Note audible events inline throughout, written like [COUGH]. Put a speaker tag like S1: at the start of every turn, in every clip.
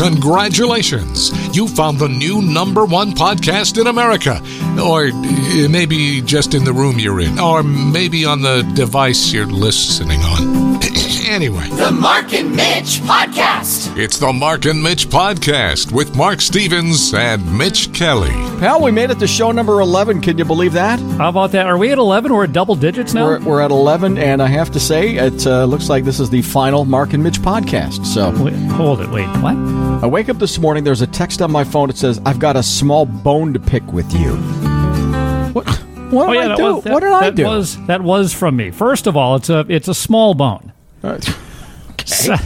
S1: Congratulations! You found the new number one podcast in America. Or uh, maybe just in the room you're in, or maybe on the device you're listening on. [COUGHS] anyway,
S2: The Mark and Mitch Podcast.
S1: it's the Mark and Mitch Podcast with Mark Stevens and Mitch Kelly.
S3: Pal, we made it to show number 11. Can you believe that?
S4: How about that? Are we at 11? We're at double digits now?
S3: We're, we're at 11, and I have to say, it uh, looks like this is the final Mark and Mitch podcast. So
S4: Wait, hold it. Wait, what?
S3: I wake up this morning, there's a text on my phone that says, I've got a small bone to pick with you. What, what did I
S4: Oh, that
S3: do?
S4: was- that-
S3: what did I
S4: that
S3: do?
S4: Was, that was from me. First of all, it's a it's a small bone.
S3: Uh,
S4: [LAUGHS] Se-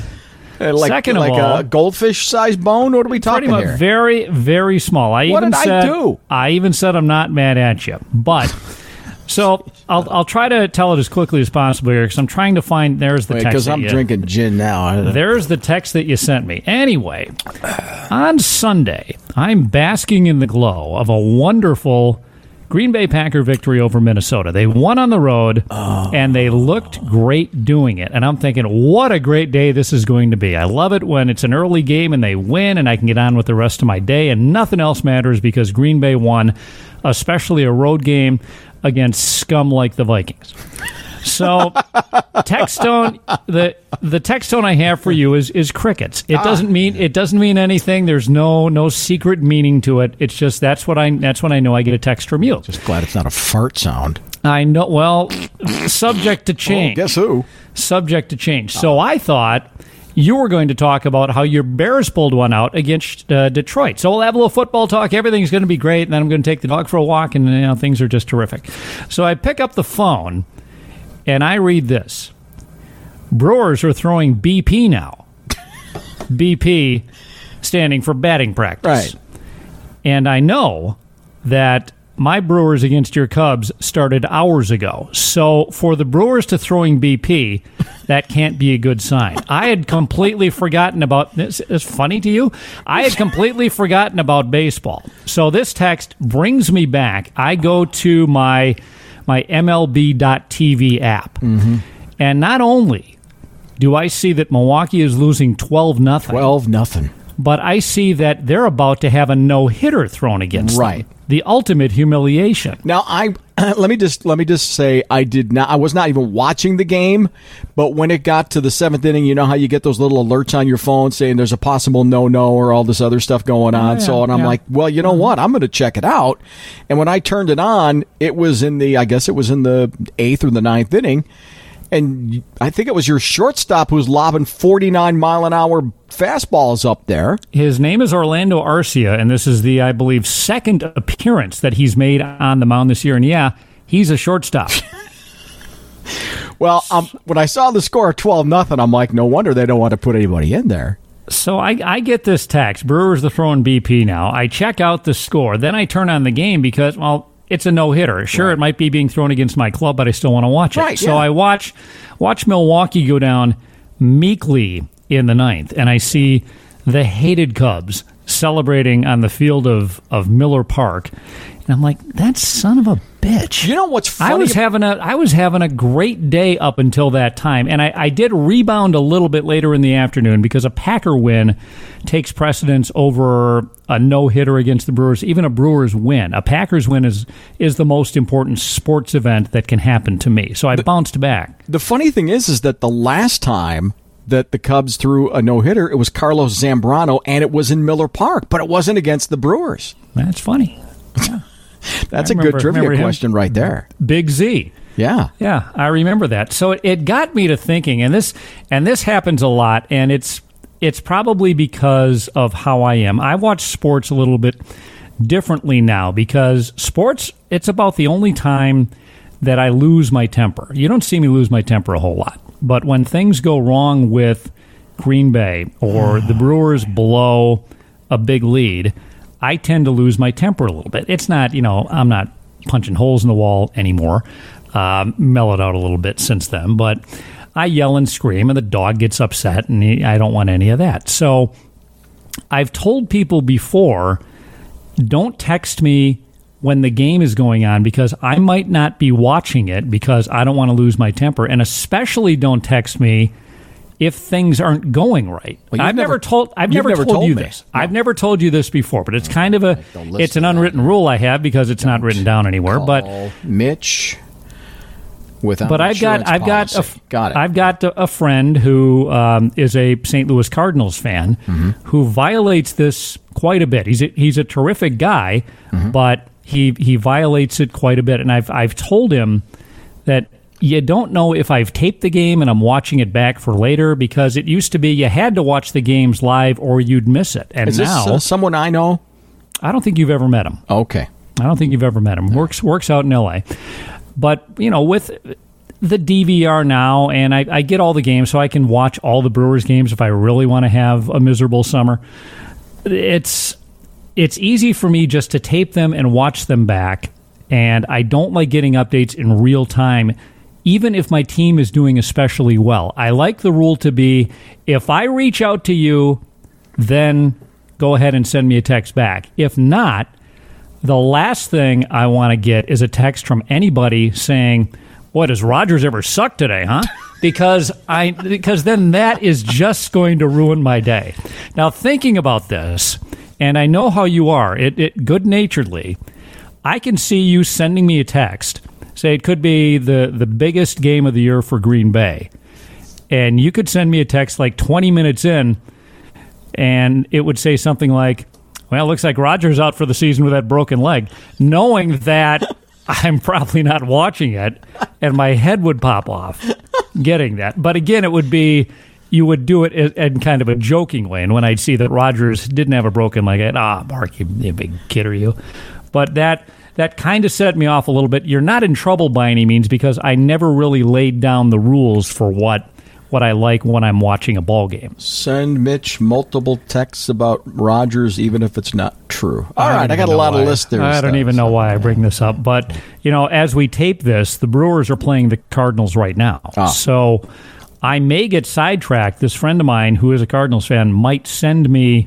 S3: uh, like
S4: Second of
S3: like
S4: all-
S3: a goldfish sized bone? What are we
S4: pretty
S3: talking
S4: much
S3: here?
S4: very very small. I
S3: What
S4: even
S3: did I
S4: said
S3: do?
S4: I even said I'm not mad at you,
S3: [LAUGHS]
S4: but so I'll I'll try to tell it as quickly as possible here because I'm trying to find. There's the text
S3: Because
S4: that
S3: I'm
S4: you-
S3: drinking gin now. I-
S4: There's the text that you sent me. Anyway, on Sunday, I'm basking in the glow of a wonderful Green Bay Packer victory over Minnesota. They won on the road and they looked great doing it. And I'm thinking, what a great day this is going to be. I love it when it's an early game and they win and I can get on with the rest of my day and nothing else matters because Green Bay won, especially a road game against scum like the Vikings. So text tone the the text tone I have for you is is crickets. It doesn't mean it doesn't mean anything. There's no no secret meaning to it. It's just that's what I that's when I know I get a text from you.
S3: Just glad it's not a fart sound.
S4: I know well subject to change.
S3: Guess who?
S4: Subject to change. So I thought you were going to talk about how your Bears pulled one out against uh, Detroit. So we'll have a little football talk. Everything's going to be great. And then I'm going to take the dog for a walk, and you know, things are just terrific. So I pick up the phone and I read this Brewers are throwing BP now. BP standing for batting
S3: Right.
S4: practice. And I know that my Brewers against your Cubs started hours ago. So for the Brewers to throwing BP, that can't be a good sign. I had completely forgotten about this. Is funny to you? I had completely forgotten about baseball. So this text brings me back. I go to my my MLB.TV app, and not only do I see that Milwaukee is losing twelve nothing
S3: 12 nothing.
S4: but I see that they're about to have a no hitter thrown against them.
S3: Right.
S4: The ultimate humiliation.
S3: Now I [CLEARS THROAT] let me just let me just say I did not I was not even watching the game, but when it got to the seventh inning, you know how you get those little alerts on your phone saying there's a possible no no or all this other stuff going on. so and I'm
S4: yeah.
S3: like, well, you know what? I'm going to check it out. And when I turned it on, it was in the I guess it was in the eighth or the ninth inning, and I think it was your shortstop who was lobbing 49 mile an hour fastballs up there.
S4: His name is Orlando Arcia, and this is the, I believe, second appearance that he's made on the mound this year. And yeah, he's a shortstop. [LAUGHS]
S3: Well, um, when I saw the score 12 nothing, I'm like, no wonder they don't want to put anybody in there.
S4: so I, I get this text Brewers the throwing BP now. I check out the score. Then I turn on the game because, well, it's a no hitter. Sure, it might be being thrown against my club, but I still want to watch it.
S3: Right,
S4: so
S3: yeah.
S4: I watch watch Milwaukee go down meekly in the ninth, and I see the hated Cubs celebrating on the field of, of Miller Park. And I'm like, that son of a bitch.
S3: You know what's funny?
S4: I was having a I was having a great day up until that time, and I, I did rebound a little bit later in the afternoon because a Packer win takes precedence over a no hitter against the Brewers. Even a Brewers win, a Packers win is is the most important sports event that can happen to me. So I bounced back.
S3: The funny thing is, is that the last time that the Cubs threw a no hitter, it was Carlos Zambrano, and it was in Miller Park, but it wasn't against the Brewers.
S4: That's funny.
S3: That's
S4: I
S3: a
S4: remember-
S3: good trivia
S4: remember him. Mm-hmm.
S3: question right there.
S4: Big Z.
S3: Yeah.
S4: Yeah, I remember that. So it, it got me to thinking, and this and this happens a lot, and it's it's probably because of how I am. I watch sports a little bit differently now because sports it's about the only time that I lose my temper. You don't see me lose my temper a whole lot, but when things go wrong with Green Bay or the Brewers blow a big lead, I tend to lose my temper a little bit. It's not, you know, I'm not punching holes in the wall anymore. Um, mellowed out a little bit since then, but I yell and scream, and the dog gets upset, and he, I don't want any of that. So I've told people before don't text me when the game is going on because I might not be watching it because I don't want to lose my temper. And especially don't text me if things aren't going right.
S3: Well, you've
S4: I've never,
S3: never-
S4: told I've
S3: you've
S4: never,
S3: never
S4: told,
S3: told
S4: you
S3: me.
S4: this. I've never told you this before, but it's kind of a
S3: don't listen
S4: it's an
S3: to that.
S4: unwritten rule I have because it's not written down anywhere. But
S3: Call Mitch without
S4: but
S3: an
S4: I've got
S3: insurance
S4: I've got a,
S3: policy.
S4: f-
S3: got it.
S4: I've got a a friend who um, is a St. Louis Cardinals fan
S3: Mm-hmm.
S4: who violates this quite a bit. He's a, he's a terrific guy,
S3: Mm-hmm.
S4: but he he violates it quite a bit. And I've I've told him that you don't know if I've taped the game and I'm watching it back for later because it used to be you had to watch the games live or you'd miss it. And
S3: Is this
S4: now
S3: uh, someone I know?
S4: I don't think you've ever met him.
S3: Okay.
S4: I don't think you've ever met him. Works works out in L.A. But you know, with the DVR now, and I, I get all the games, so I can watch all the Brewers games if I really want to have a miserable summer. It's it's easy for me just to tape them and watch them back, and I don't like getting updates in real time. Even if my team is doing especially well, I like the rule to be if I reach out to you, then go ahead and send me a text back. If not, the last thing I want to get is a text from anybody saying, "What does Rogers ever suck today, huh?" [LAUGHS] Because I because then that is just going to ruin my day. Now thinking about this, and I know how you are, it, it good naturedly. I can see you sending me a text. Say it could be the the biggest game of the year for Green Bay, and you could send me a text like 20 minutes in and it would say something like, "Well, it looks like Rogers out for the season with that broken leg," knowing that [LAUGHS] I'm probably not watching it, and my head would pop off getting that. But again, it would be you would do it in- in kind of a joking way, and when I'd see that Rogers didn't have a broken leg, I'd ah, Mark, you, you big kid are you? But that. That kind of set me off a little bit. You're not in trouble by any means because I never really laid down the rules for what what I like when I'm watching a ball game.
S3: Send Mitch multiple texts about Rogers, even if it's not true. All right, I got a lot of lists there.
S4: I don't even know why I bring this up, but you know, as we tape this, the Brewers are playing the Cardinals right now.
S3: Ah.
S4: So I may get sidetracked. This friend of mine who is a Cardinals fan might send me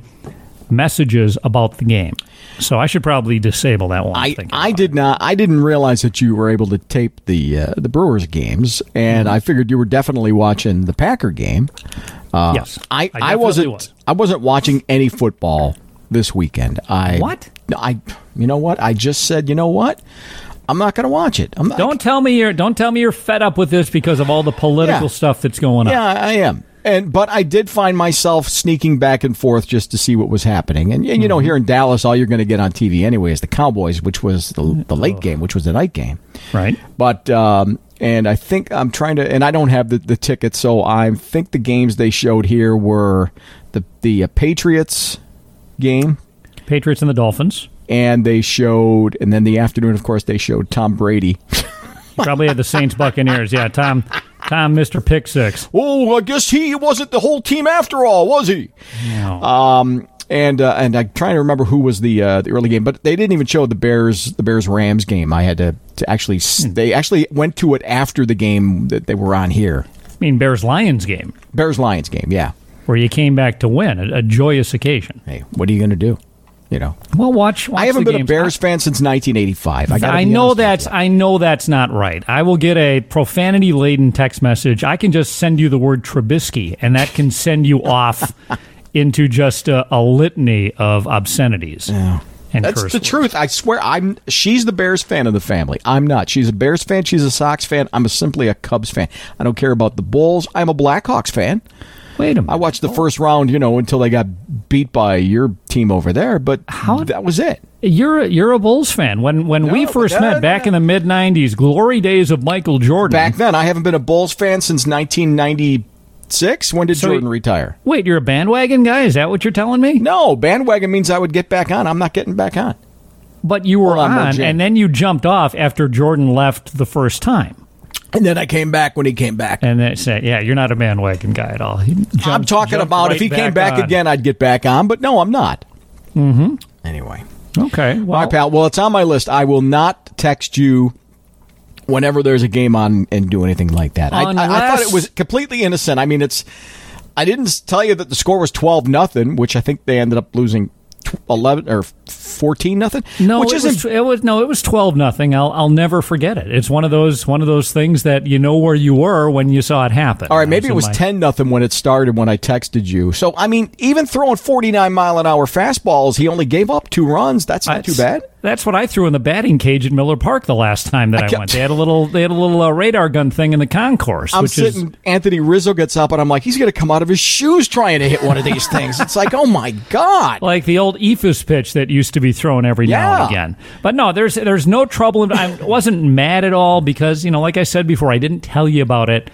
S4: messages about the game. So I should probably disable that one.
S3: I,
S4: thinking
S3: I
S4: about
S3: did not. I didn't realize that you were able to tape the uh, the Brewers games, and
S4: Mm-hmm.
S3: I figured you were definitely watching the Packer game.
S4: it.
S3: Ah.
S4: yes.
S3: I, I,
S4: definitely
S3: wasn't.
S4: was.
S3: I wasn't watching any football this weekend. I
S4: What?
S3: I you know what? I just said you know what? I'm not going to watch it. I'm not,
S4: Don't tell me you're don't tell me you're fed up with this because of all the political
S3: Yeah.
S4: stuff that's going on.
S3: Yeah, I am. And but I did find myself sneaking back and forth just to see what was happening. And, and you
S4: Mm-hmm.
S3: know, here in Dallas, all you're going to get on TV anyway is the Cowboys, which was the, the late game, which was the night game.
S4: Right.
S3: But um, and I think I'm trying to, and I don't have the, the ticket, so I think the games they showed here were the the uh, Patriots game,
S4: Patriots and the Dolphins.
S3: and they showed, and then the afternoon, of course, they showed Tom Brady.
S4: Probably had the Saints Buccaneers. Yeah, Tom Tom Mr.
S3: [LAUGHS]
S4: Pick Six.
S3: oh, I guess he wasn't the whole team after all, was he?
S4: No.
S3: Um, and uh, and I'm trying to remember who was the uh, the early game, but they didn't even show the Bears the Bears Rams game. I had to, to actually s they actually went to it after the game that they were on here
S4: I mean, Bears Lions game
S3: Bears Lions game. Yeah.
S4: where you came back to win, a, a joyous occasion.
S3: Hey, what are you going to do? You know,
S4: Well, watch. watch
S3: I haven't
S4: the
S3: been a
S4: games.
S3: Bears fan since 1985. I, gotta
S4: I
S3: be
S4: know
S3: honest with
S4: that's
S3: you.
S4: I know that's not right. I will get a profanity laden text message. I can just send you the word Trubisky, and that can send
S3: [LAUGHS]
S4: you off into just a, a litany of obscenities and
S3: That's
S4: curse
S3: the
S4: words.
S3: truth. I swear, I'm. She's the Bears fan of the family. I'm not. She's a Bears fan. She's a Sox fan. I'm simply a Cubs fan. I don't care about the Bulls. I'm a Blackhawks fan.
S4: Wait
S3: I
S4: a minute.
S3: watched the first round, you know, until they got beat by your team over there. But that was it.
S4: You're a, you're a Bulls fan. When when we
S3: No,
S4: first
S3: no,
S4: met
S3: no.
S4: back in the mid '90s, glory days of Michael Jordan.
S3: Back then, I haven't been a Bulls fan since 1996. When did
S4: So
S3: Jordan
S4: you-
S3: retire?
S4: Wait, you're a bandwagon guy? Is that what you're telling me?
S3: No, bandwagon means I would get back on. I'm not getting back on.
S4: But you were
S3: Hold on, Bill
S4: on,
S3: Jane.
S4: and then you jumped off after Jordan left the first time.
S3: And then I came back when he came back.
S4: And they said, "Yeah, you're not a bandwagon guy at all." He jumped-
S3: I'm talking
S4: jumped
S3: about
S4: right
S3: if he came back
S4: on.
S3: again, I'd get back on. But no, I'm not. Mm-hmm. Anyway.
S4: Okay, well,
S3: All right, pal. Well, it's on my list. I will not text you whenever there's a game on and do anything like that. I- I, I, thought
S4: Unless-
S3: it was completely innocent. I mean, it's. I didn't s- tell you that the score was twelve nothing, which I think they ended up losing eleven or fourteen nothing.
S4: No,
S3: which
S4: it
S3: isn't
S4: was, it was no, it was twelve nothing. I'll I'll never forget it. It's one of those one of those things that you know where you were when you saw it happen.
S3: All right, maybe
S4: So
S3: it was
S4: my-
S3: ten nothing when it started when I texted you. So I mean, even throwing forty nine mile an hour fastballs, he only gave up two runs. That's not too
S4: That's-
S3: bad.
S4: That's what I threw in the batting cage at Miller Park the last time that
S3: I
S4: I,
S3: can't-
S4: went. They had a little they had a little uh, radar gun thing in the concourse,
S3: I'm
S4: which
S3: sitting.
S4: is
S3: Anthony Rizzo gets up, and I'm like, he's going to come out of his shoes trying to hit one of these things. It's like, oh my god!
S4: like the old Ephus pitch that used to be thrown every now and
S3: Yeah.
S4: again. But no, there's there's no trouble. I wasn't mad at all because you know, like I said before, I didn't tell you about it.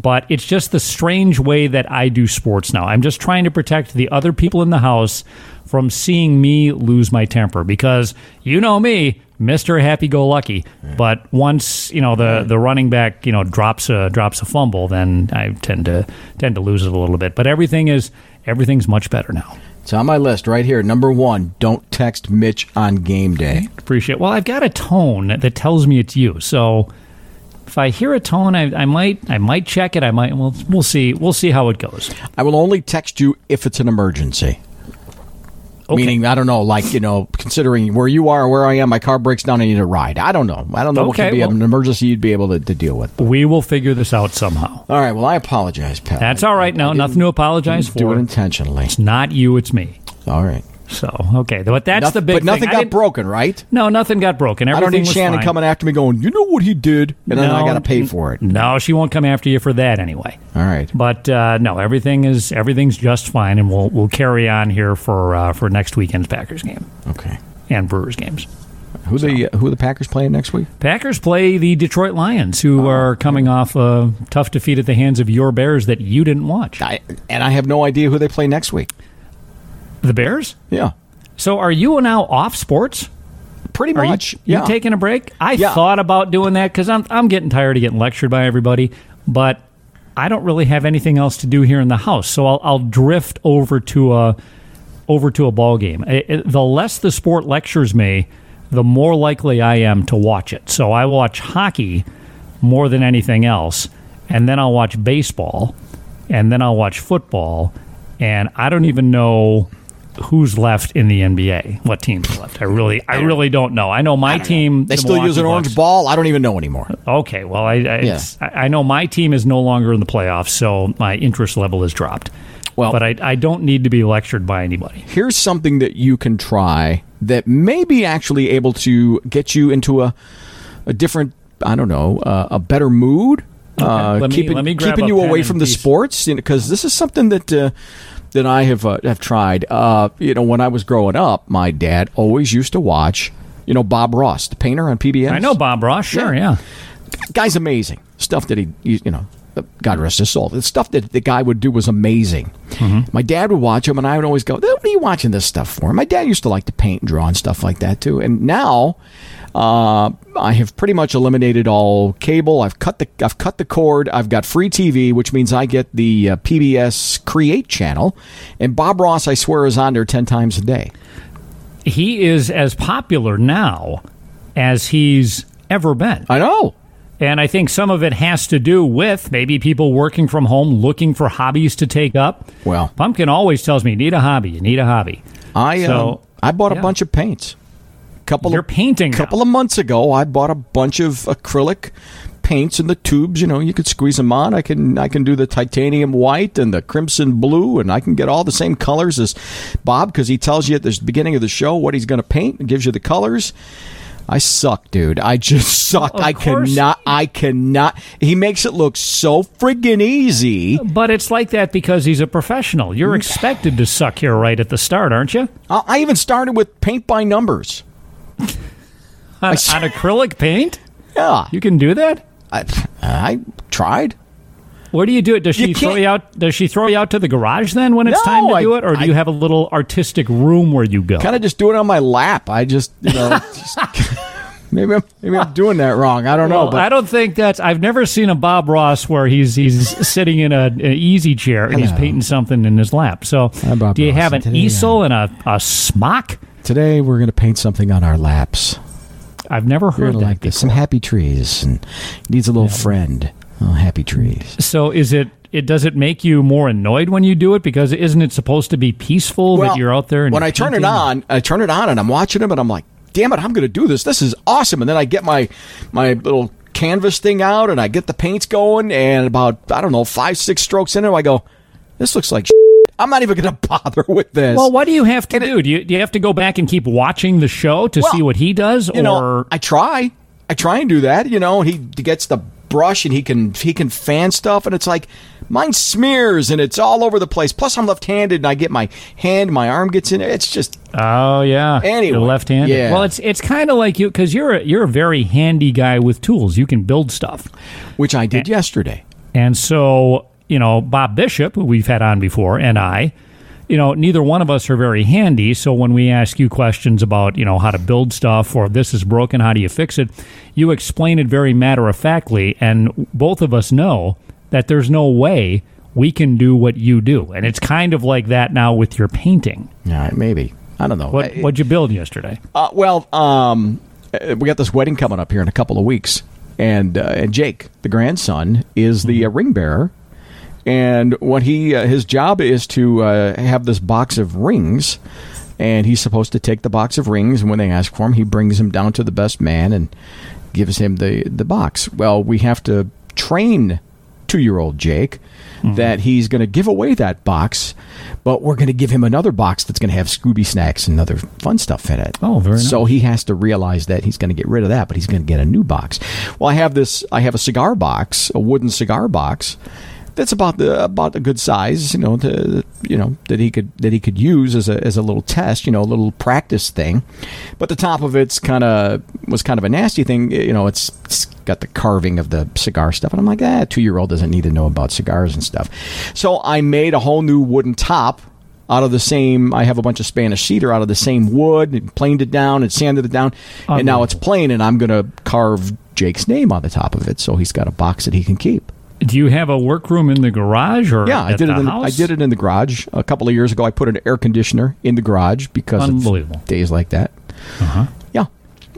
S4: But it's just the strange way that I do sports now. I'm just trying to protect the other people in the house from seeing me lose my temper because you know me, Mister Happy Go Lucky. But once you know the the running back you know drops a drops a fumble, then I tend to tend to lose it a little bit. But everything is everything's much better now.
S3: It's on my list right here. Number one, don't text Mitch on game day.
S4: appreciate. Well, I've got a tone that tells me it's you. So if I hear a tone, I, I might I might check it. I might. Well, we'll see. We'll see how it goes.
S3: I will only text you if it's an emergency.
S4: Okay.
S3: Meaning, I don't know, like, you know, considering where you are, where I am, my car breaks down, I need a ride. I don't know. I don't know what could
S4: Okay,
S3: be
S4: well-
S3: an emergency you'd be able to, to deal with.
S4: We will figure this out somehow.
S3: All right. Well, I apologize, Pat.
S4: That's all right. Now, nothing to apologize
S3: Do it
S4: for.
S3: intentionally.
S4: It's not you. It's me.
S3: All right.
S4: So okay, but that's
S3: Noth-
S4: the big.
S3: But nothing
S4: thing. I
S3: got
S4: didn't-
S3: broken, right?
S4: No, nothing got broken.
S3: I
S4: Everything
S3: don't need
S4: was
S3: Shannon
S4: fine.
S3: coming after me going, you know what he did? And then I
S4: No,
S3: got to pay for it.
S4: No, she won't come after you for that anyway.
S3: All right.
S4: But uh, no, everything is everything's just fine, and we'll we'll carry on here for uh, for next weekend's Packers game
S3: Okay.
S4: and Brewers games.
S3: Who the who the Packers playing next week?
S4: Packers play the Detroit Lions,
S3: Oh,
S4: who are coming off a tough defeat at the hands of your Bears that you didn't watch.
S3: I, and I have no idea who they play next week.
S4: The Bears?
S3: Yeah.
S4: So are you now off sports?
S3: Pretty
S4: Are you,
S3: much.
S4: you
S3: yeah.
S4: taking a break? I
S3: Yeah.
S4: thought about doing that because I'm, I'm getting tired of getting lectured by everybody, but I don't really have anything else to do here in the house. So I'll, I'll drift over to a over to a ball game. It- it- the less the sport lectures me, the more likely I am to watch it. So I watch hockey more than anything else, and then I'll watch baseball, and then I'll watch football, and I don't even know who's left in the NBA. What teams are left? I really, I really don't know. I know my team.
S3: They
S4: the
S3: still use
S4: Milwaukee
S3: an orange
S4: Bucks.
S3: ball. I don't even know anymore.
S4: Okay, well, I I, it's- I I know my team is no longer in the playoffs, so my interest level has dropped.
S3: Well-
S4: but I, I don't need to be lectured by anybody.
S3: Here's something that you can try that may be actually able to get you into a a different, I don't know, uh, a better mood. Uh,
S4: let me-
S3: keeping
S4: let me grab
S3: keeping
S4: a
S3: you
S4: pen
S3: away
S4: and
S3: from the
S4: piece.
S3: sports, you know, 'cause because this is something that uh, that I have uh, have tried. Uh, you know, when I was growing up, my dad always used to watch, you know, Bob Ross, the painter on PBS.
S4: I know Bob Ross. Sure,
S3: Yeah.
S4: yeah.
S3: guy's amazing. Stuff that he, he- you know, God rest his soul. The stuff that the guy would do was amazing.
S4: Mm-hmm.
S3: My dad would watch him, and I would always go, "What are you watching this stuff for?" My dad used to like to paint and draw and stuff like that too. And now, uh, I have pretty much eliminated all cable. I've cut the I've cut the cord. I've got free TV, which means I get the uh, PBS Create channel, and Bob Ross, I swear, is on there ten times a day.
S4: He is as popular now as he's ever been.
S3: I know.
S4: And I think some of it has to do with maybe people working from home looking for hobbies to take up.
S3: Well.
S4: Pumpkin always tells me, need a hobby, you need a hobby.
S3: I
S4: So,
S3: um, I bought a
S4: yeah.
S3: bunch of paints. Couple
S4: You're
S3: of
S4: painting now.
S3: couple of months ago, I bought a bunch of acrylic paints in the tubes. You know, you could squeeze them on. I can I can do the titanium white and the crimson blue, and I can get all the same colors as Bob because he tells you at the beginning of the show what he's going to paint and gives you the colors. I suck, dude. I just [LAUGHS] suck.
S4: Of
S3: I
S4: course.
S3: cannot. I cannot. He makes it look so friggin' easy.
S4: But it's like that because he's a professional.
S3: Mm.
S4: You're expected to suck here right at the start,
S3: [LAUGHS]
S4: aren't you?
S3: I I even started with paint by numbers.
S4: On, on
S3: see.
S4: acrylic paint?
S3: Yeah,
S4: You can do that?
S3: I, I tried.
S4: Where do you do it? Does she
S3: You
S4: throw
S3: can't-
S4: you out? Does she throw you out to the garage then when it's
S3: No,
S4: time to
S3: I-
S4: do it, or do
S3: I-
S4: you have a little artistic room where you go?
S3: kind of just do it on my lap. I just, you
S4: [LAUGHS]
S3: know, just- [LAUGHS] maybe I'm, maybe I'm doing that wrong. I don't know,
S4: Well,
S3: but
S4: I don't think that's. I've never seen a Bob Ross where he's he's sitting in a, an easy chair and he's
S3: Hello.
S4: painting something in his lap. So,
S3: I'm Bob
S4: do you
S3: Ross,
S4: have an
S3: and today
S4: easel and a, a smock?
S3: today we're gonna paint something on our laps.
S4: I've never
S3: You're
S4: heard
S3: gonna
S4: that.
S3: like this. Some happy trees and needs a little friend. Oh, happy trees.
S4: So, is it it does it make you more annoyed when you do it because isn't it supposed to be peaceful that you're out there and
S3: when
S4: you're
S3: I turn it
S4: painting?
S3: on, I turn it on and I'm watching them and I'm like, damn it, I'm going to do this. This is awesome. And then I get my my little canvas thing out and I get the paints going and about I don't know five six strokes in it, I go, this looks like. [LAUGHS] Shit. I'm not even going to [LAUGHS] bother with this.
S4: Well, what do you have to do? do, you, do you have to go back and keep watching the show to
S3: Well,
S4: see what he does,
S3: you
S4: or
S3: know, I try, I try and do that. You know, he gets the brush and he can he can fan stuff, and it's like mine smears and it's all over the place. Plus, I'm left-handed and I get my hand, my arm gets in there. It's just
S4: Oh yeah.
S3: Anyway,
S4: you're left-handed.
S3: yeah.
S4: Well, it's it's kind of like you because you're a, you're a very handy guy with tools. You can build stuff,
S3: which I did yesterday.
S4: and so you know Bob Bishop, who we've had on before, and I. You know, neither one of us are very handy. So when we ask you questions about, you know, how to build stuff or this is broken, how do you fix it, you explain it very matter of factly. And both of us know that there's no way we can do what you do. And it's kind of like that now with your painting.
S3: Yeah, maybe I don't know.
S4: What,
S3: I-
S4: what'd you build yesterday?
S3: Uh, well, um, uh, we got this wedding coming up here in a couple of weeks, and uh, and Jake, the grandson, is the uh, ring bearer, and what he uh, his job is to uh, have this box of rings, and he's supposed to take the box of rings, and when they ask for him, he brings him down to the best man and gives him the the box. Well, we have to train two year old Jake that he's going to give away that box, but we're going to give him another box that's going to have Scooby snacks and other fun stuff in it.
S4: Oh, very
S3: So he has to realize that he's going to get rid of that, but he's going to get a new box. Well, I have this. I have a cigar box, a wooden cigar box. That's about the about a good size, you know. To, you know that he could that he could use as a as a little test, you know, a little practice thing. But the top of it's kind of was kind of a nasty thing, you know. It's, it's got the carving of the cigar stuff, and I'm like, ah, two year old doesn't need to know about cigars and stuff. So I made a whole new wooden top out of the same I have a bunch of Spanish cedar out of the same wood and planed it down and sanded it down and now it's plain and I'm going to carve Jake's name on the top of it so he's got a box that he can keep.
S4: Do you have a workroom in the garage or
S3: Yeah, I
S4: at
S3: did
S4: the
S3: it in
S4: house?
S3: I did it in the garage a couple of years ago I put an air conditioner in the garage because
S4: Unbelievable. Uh-huh.
S3: of days like that. Yeah.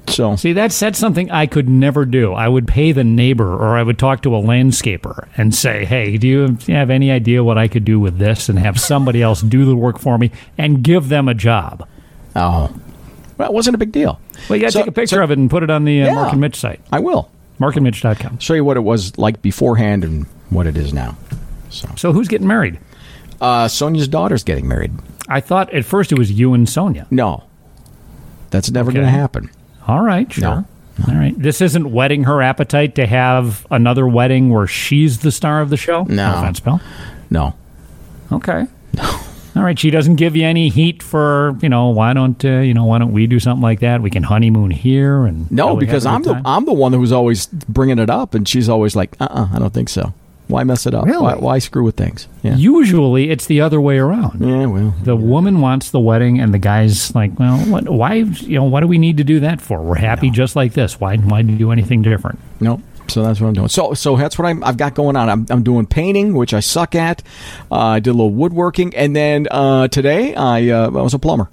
S3: So
S4: See, that's that's something I could never do. I would pay the neighbor or I would talk to a landscaper and say, "Hey, do you have any idea what I could do with this?" and have somebody [LAUGHS] else do the work for me and give them a job.
S3: oh. Well, it wasn't a big deal.
S4: Well, you got to
S3: So-
S4: take a picture
S3: so-
S4: of it and put it on the uh,
S3: Yeah.
S4: Mark and Mitch site,
S3: I will
S4: markandmitch.com.
S3: show you what it was like beforehand and what it is now.
S4: So, who's getting married?
S3: Uh, Sonia's daughter's getting married.
S4: I thought at first it was you and Sonia.
S3: No. That's never
S4: Okay.
S3: going to happen.
S4: All right, sure.
S3: No.
S4: All right. This isn't whetting her appetite to have another wedding where she's the star of the show.
S3: No.
S4: offense, Bill.
S3: No.
S4: Okay. [LAUGHS] All right. She doesn't give you any heat for you know why don't uh, you know why don't we do something like that? We can honeymoon here and
S3: No,
S4: really have
S3: because
S4: a good
S3: I'm the
S4: time?
S3: I'm the one who's always bringing it up, and she's always like, "Uh, uh I don't think so. Why mess it up?
S4: Really?
S3: Why, why screw with things?" Yeah.
S4: usually it's the other way around.
S3: yeah. Well.
S4: The woman wants the wedding, and the guy's like, "Well, what? Why? You know, what do we need to do that for? We're happy just like this. Why? Why do anything different?"
S3: No. So that's what I'm doing. So so that's what I'm, I've got going on. I'm, I'm doing painting, which I suck at. Uh, I did a little woodworking, and then uh, today I uh, I was a plumber.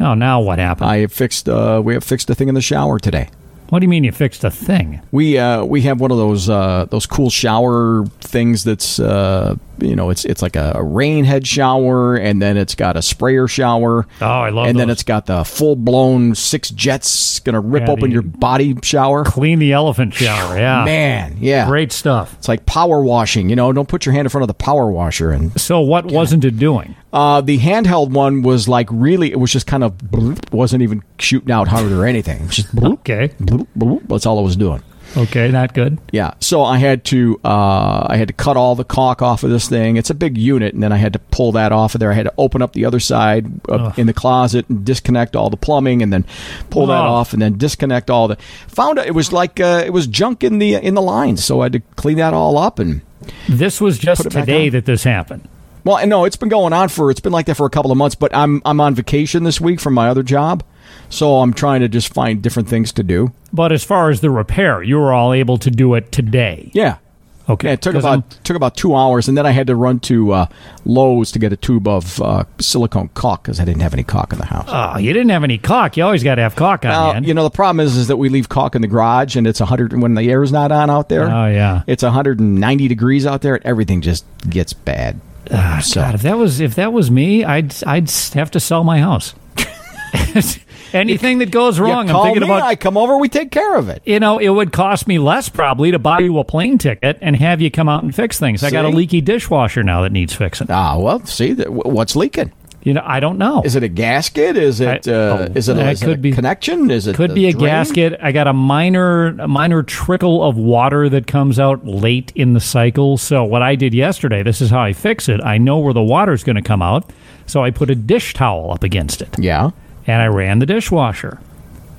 S4: Oh, now what happened?
S3: I fixed uh, we have fixed a thing in the shower today.
S4: what do you mean you fixed a thing?
S3: We uh, we have one of those uh, those cool shower things that's uh, you know it's it's like a, a rain head shower and then it's got a sprayer shower.
S4: Oh, I love
S3: And then
S4: those.
S3: it's got the full blown six jets gonna rip
S4: Yeah,
S3: open
S4: the-
S3: your body shower.
S4: Clean the elephant shower. Yeah,
S3: Man, yeah,
S4: great stuff.
S3: It's like power washing. You know, don't put your hand in front of the power washer. And
S4: So what wasn't it doing?
S3: uh, the handheld one was like really, it was just kind of bloop, wasn't even shooting out hard or anything. It was Just bloop,
S4: Okay,
S3: bloop, bloop. that's all it was doing.
S4: okay, not good.
S3: Yeah. So I had to uh, I had to cut all the caulk off of this thing. It's a big unit, and then I had to pull that off of there. I had to open up the other side up in the closet and disconnect all the plumbing, and then pull that
S4: Wow.
S3: off, and then disconnect all the. Found out it was like uh, it was junk in the in the lines, so I had to clean that all up and.
S4: This was just
S3: Put it back
S4: today
S3: on.
S4: that this happened.
S3: Well, and no, it's been going on for it's been like that for a couple of months, but I'm I'm on vacation this week from my other job, so I'm trying to just find different things to do.
S4: But as far as the repair, you were all able to do it today.
S3: Yeah.
S4: Okay.
S3: Yeah, it took
S4: 'Cause
S3: about
S4: I'm-
S3: took about two hours, and then I had to run to uh, Lowe's to get a tube of uh, silicone caulk because I didn't have any caulk in the house.
S4: Oh, you didn't have any caulk. You always got to have caulk on
S3: Now,
S4: hand.
S3: you know the problem is is that we leave caulk in the garage, and it's hundred when the air is not on out there.
S4: Oh, yeah.
S3: it's hundred and ninety degrees out there, and everything just gets bad. so
S4: Ah, God, if that was if that was me, I'd I'd have to sell my house. [LAUGHS] Anything that goes
S3: you
S4: wrong, I'm
S3: call
S4: thinking
S3: me,
S4: about.
S3: I come over, we take care of it.
S4: you know, it would cost me less probably to buy you a plane ticket and have you come out and fix things. I got a
S3: See?
S4: leaky dishwasher now that needs fixing.
S3: Ah, well, see that wh- what's leaking?
S4: You know, I don't know.
S3: Is it a gasket? Is it
S4: I-
S3: uh,
S4: oh,
S3: is it, a,
S4: that
S3: is it
S4: could
S3: a
S4: be-
S3: connection? Is it
S4: Could
S3: the
S4: be a
S3: drain?
S4: gasket. I got a minor a minor trickle of water that comes out late in the cycle. So what I did yesterday, this is how I fix it. I know where the water's going to come out, so I put a dish towel up against it
S3: Yeah.
S4: and I ran the dishwasher.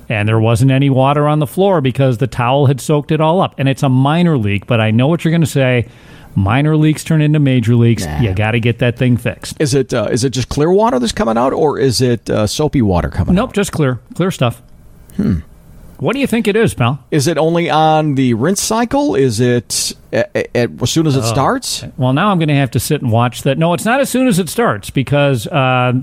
S4: And there wasn't any water on the floor because the towel had soaked it all up. And it's a minor leak, but I know what you're going to say. Minor leaks turn into major leaks. You got to get that thing fixed.
S3: Is it uh, is it just clear water that's coming out, or is it uh, soapy water coming out?
S4: Nope, just clear, clear stuff. Hmm. What do you think it is, pal?
S3: Is it only on the rinse cycle? Is it a, a- a- as soon as it
S4: Oh.
S3: starts?
S4: Well, now I'm going to have to sit and watch that. No, it's not as soon as it starts because uh,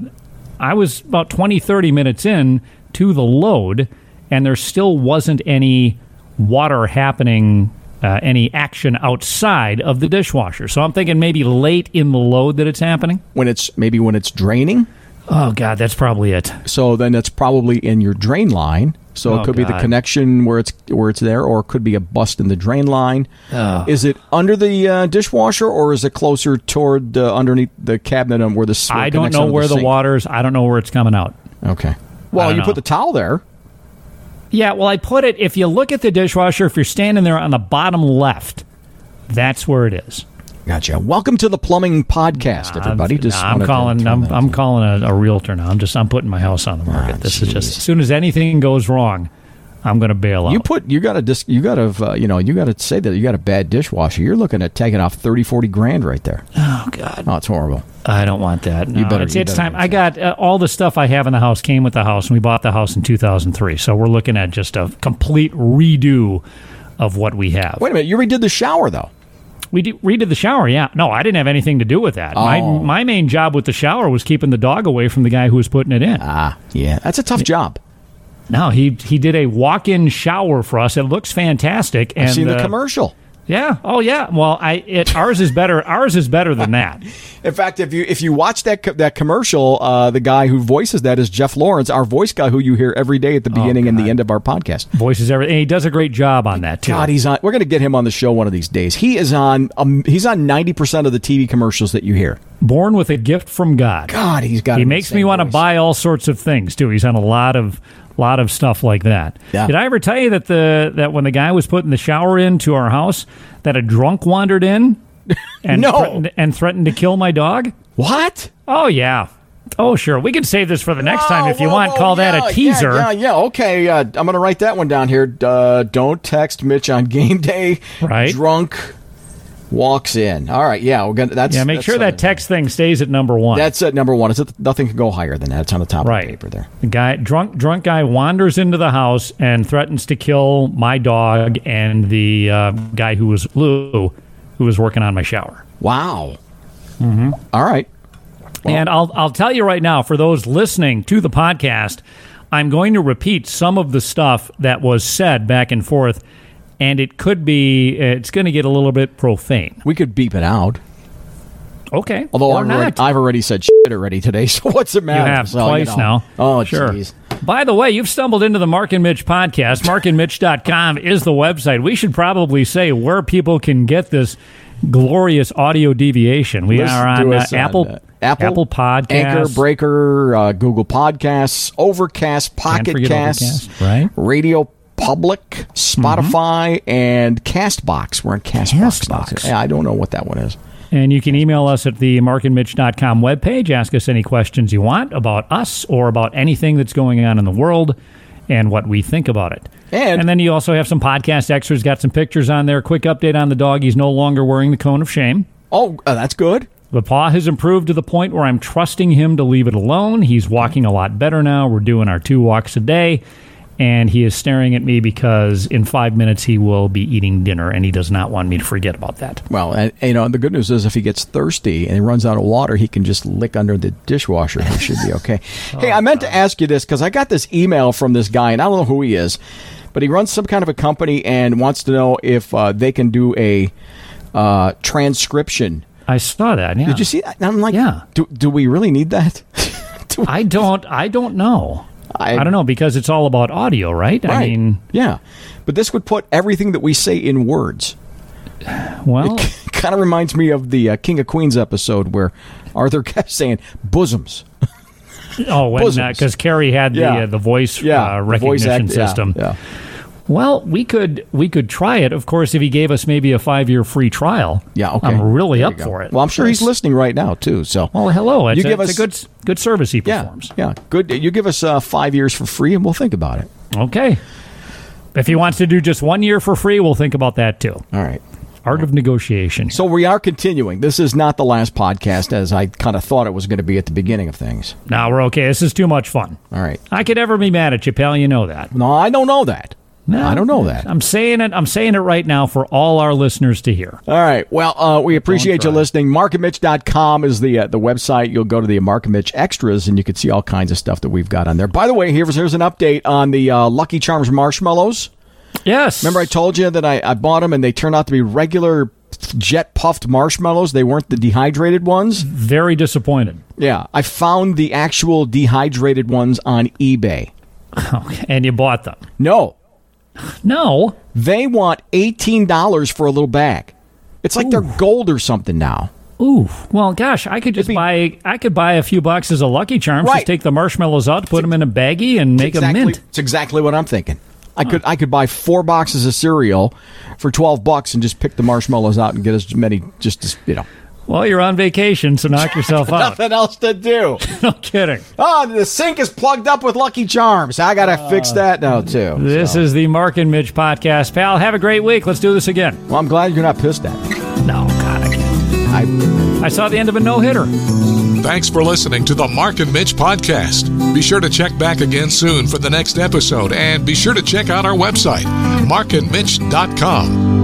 S4: I was about 20, 30 minutes in to the load, and there still wasn't any water happening, uh, any action outside of the dishwasher. So I'm thinking maybe late in the load that it's happening.
S3: When it's maybe when it's draining,
S4: Oh, God, that's probably it.
S3: so then it's probably in your drain line. So
S4: Oh,
S3: it could be the
S4: God.
S3: connection where it's where it's there, or it could be a bust in the drain line.
S4: Oh.
S3: Is it under the uh, dishwasher, or is it closer toward uh, underneath the cabinet and where the s-
S4: I
S3: it
S4: don't
S3: connects
S4: know
S3: under
S4: where the,
S3: sink?
S4: water's. I don't know where it's coming out.
S3: Okay.
S4: I
S3: Well,
S4: don't
S3: you
S4: know.
S3: put the towel there.
S4: Yeah, well, I put it. If you look at the dishwasher, if you're standing there on the bottom left, that's where it is.
S3: Gotcha. Welcome to the plumbing podcast, everybody.
S4: I'm,
S3: Just
S4: nah, I'm
S3: wanted to
S4: calling.
S3: throw
S4: I'm,
S3: that
S4: I'm
S3: in.
S4: calling a, a realtor now. I'm just. I'm putting my house on the market.
S3: Ah,
S4: this is just
S3: jeez.
S4: as soon as anything goes wrong, I'm going to bail out.
S3: You put you got to dis, you got to uh, you know you got to say that you got a bad dishwasher. You're looking at taking off 30, 40 grand right there.
S4: oh God,
S3: Oh, it's horrible.
S4: I don't want that. No,
S3: better-
S4: It's,
S3: you
S4: it's
S3: better
S4: time. I got uh, all the stuff I have in the house came with the house, and we bought the house in 2003. So we're looking at just a complete redo of what we have.
S3: Wait a minute, you redid the shower though.
S4: We did, redid the shower. Yeah, no, I didn't have anything to do with that. My
S3: Oh.
S4: my main job with the shower was keeping the dog away from the guy who was putting it in.
S3: Ah, yeah, that's a tough job.
S4: No, he he did a walk-in shower for us. It looks fantastic. And
S3: I've seen the
S4: uh,
S3: commercial.
S4: Yeah. Oh yeah. Well, I it ours is better. ours is better
S3: [LAUGHS]
S4: than that.
S3: In fact, if you if you watch that co- that commercial, uh, the guy who voices that is Jeff Lawrence, our voice guy who you hear every day
S4: Oh,
S3: at the beginning and the end of our podcast.
S4: Voices everything. And he does a great job on that too.
S3: God, he's on. We're going to get him on the show one of these days. He is on. Um, he's on ninety percent of the TV commercials that you hear.
S4: Born with a gift from God.
S3: God, he's got.
S4: he
S3: an
S4: makes me
S3: insane
S4: want to
S3: voice.
S4: buy all sorts of things too. He's on a lot of lot of stuff like that.
S3: Yeah.
S4: Did I ever tell you that the that when the guy was putting the shower into our house, that a drunk
S3: [LAUGHS]
S4: wandered in and
S3: No.
S4: threatened, and threatened to kill my dog?
S3: What?
S4: Oh yeah. Oh sure. We can save this for the next time
S3: Oh,
S4: if you
S3: whoa,
S4: want.
S3: whoa,
S4: Call
S3: yeah,
S4: that
S3: yeah,
S4: a teaser.
S3: Yeah, yeah, okay. Uh, I'm going to write that one down here. Uh, don't text Mitch on game day.
S4: Right.
S3: Drunk walks in. All right. Yeah. We're gonna. That's
S4: Yeah, make
S3: that's
S4: sure
S3: on
S4: that
S3: the-
S4: text thing stays at number one.
S3: That's at number one. It's at, nothing can go higher than that. It's on the top
S4: right.
S3: of the paper there.
S4: The guy, drunk, drunk guy, wanders into the house and threatens to kill my dog and the uh, guy who was Lou, who was working on my shower.
S3: Wow. Mm-hmm. All right.
S4: and I'll I'll tell you right now, for those listening to the podcast, I'm going to repeat some of the stuff that was said back and forth, and it could be it's going to get a little bit profane.
S3: We could beep it out.
S4: Okay,
S3: Although
S4: or
S3: I've,
S4: not.
S3: already, I've already said [LAUGHS] shit already today, so what's the
S4: You
S3: matter?
S4: have
S3: So,
S4: twice
S3: know.
S4: now.
S3: Oh,
S4: sure.
S3: jeez.
S4: By the way, you've stumbled into the Mark and Mitch podcast. MarkandMitch.com is the website. We should probably say where people can get this glorious audio deviation. We
S3: Listen
S4: are
S3: to
S4: on, uh,
S3: us on,
S4: Apple,
S3: uh,
S4: Apple, Podcasts.
S3: Anchor, Breaker, uh, Google Podcasts, Overcast, Pocket
S4: forget
S3: Casts,
S4: Overcast, right. Mm-hmm.
S3: Radio Public, Spotify, and Castbox. We're on Castbox. now,
S4: Castbox.
S3: too. Yeah, I don't know what that one is.
S4: And you can email us at the markandmitch.com webpage. Ask us any questions you want about us or about anything that's going on in the world and what we think about it.
S3: And-
S4: then you also have some podcast extras, got some pictures on there. Quick update on the dog. He's no longer wearing the cone of shame.
S3: Oh, uh, that's good.
S4: The paw has improved to the point where I'm trusting him to leave it alone. He's walking a lot better now. We're doing our two walks a day. and he is staring at me because in five minutes he will be eating dinner, and he does not want me to forget about that.
S3: Well, and, you know, the good news is if he gets thirsty and he runs out of water, he can just lick under the dishwasher. He should
S4: [LAUGHS]
S3: be okay.
S4: Oh,
S3: hey, I meant to ask you this because I got this email from this guy, and I don't know who he is, but he runs some kind of a company and wants to know if uh, they can do a uh, transcription.
S4: I saw that. Yeah.
S3: Did you see that? And I'm like,
S4: Yeah.
S3: do, do we really need that? [LAUGHS] Do-
S4: I don't. I don't know.
S3: I-
S4: I, don't know because it's all about audio, right? I
S3: right.
S4: mean,
S3: yeah. But this would put everything that we say in words. [LAUGHS]
S4: well,
S3: kind of reminds me of the uh, King of Queens episode where Arthur [LAUGHS] kept saying bosoms.
S4: oh,
S3: bosoms.
S4: because Carrie had the
S3: Yeah.
S4: uh, the voice uh,
S3: the voice
S4: recognition
S3: act- yeah,
S4: system.
S3: Yeah,
S4: Well, we could we could try it. Of course, if he gave us maybe a five year free trial.
S3: yeah. okay.
S4: I'm really
S3: There
S4: up
S3: you go.
S4: for it.
S3: Well, I'm sure he's
S4: Nice.
S3: listening right now too. So,
S4: Well, hello. It's,
S3: You
S4: a,
S3: give
S4: it's
S3: us-
S4: a good s- good service he
S3: yeah,
S4: performs.
S3: yeah, good. You give us uh, five years for free, and we'll think about it.
S4: Okay. If he wants to do just one year for free, we'll think about that too.
S3: All right.
S4: Art of negotiation.
S3: So we are continuing. This is not the last podcast, as I kind of thought it was going to be at the beginning of things.
S4: now we're okay. This is too much fun.
S3: All right.
S4: I could ever be mad at you, pal. You know that.
S3: No, I don't know that. I don't know that.
S4: I'm saying it. I'm saying it right now for all our listeners to hear.
S3: All right. Well, uh, we appreciate you listening. MarkandMitch.com is the uh, the website. You'll go to the Mark and Mitch Extras, and you can see all kinds of stuff that we've got on there. By the way, here's, here's an update on the uh, Lucky Charms marshmallows.
S4: Yes.
S3: Remember, I told you that I, I bought them, and they turned out to be regular jet puffed marshmallows. They weren't the dehydrated ones.
S4: very disappointed. [LAUGHS]
S3: Yeah. I found the actual dehydrated ones on eBay.
S4: And you bought them.
S3: No,
S4: No.
S3: they want $18 for a little bag. It's like they're gold or something now.
S4: Ooh. Well, gosh, I could
S3: It'd
S4: just
S3: be-
S4: buy. I could buy a few boxes of Lucky Charms.
S3: Right.
S4: Just take the marshmallows out, put them in a baggie, and make
S3: exactly,
S4: a mint.
S3: It's exactly what I'm thinking. I could I could buy four boxes of cereal for twelve bucks and just pick the marshmallows out and get as many just as you know
S4: Well, you're on vacation,
S3: [LAUGHS]
S4: so knock yourself out.
S3: nothing else to do.
S4: no kidding.
S3: oh, the sink is plugged up with Lucky Charms. I gotta fix
S4: Uh,
S3: that now too.
S4: This
S3: So-
S4: is the Mark and Mitch podcast, pal. Have a great week. Let's do this again.
S3: Well, I'm glad you're not pissed at. Me.
S4: No, God, I,
S3: I
S4: I saw the end of a no hitter.
S1: Thanks for listening to the Mark and Mitch podcast. Be sure to check back again soon for the next episode, and be sure to check out our website, markandmitch.com.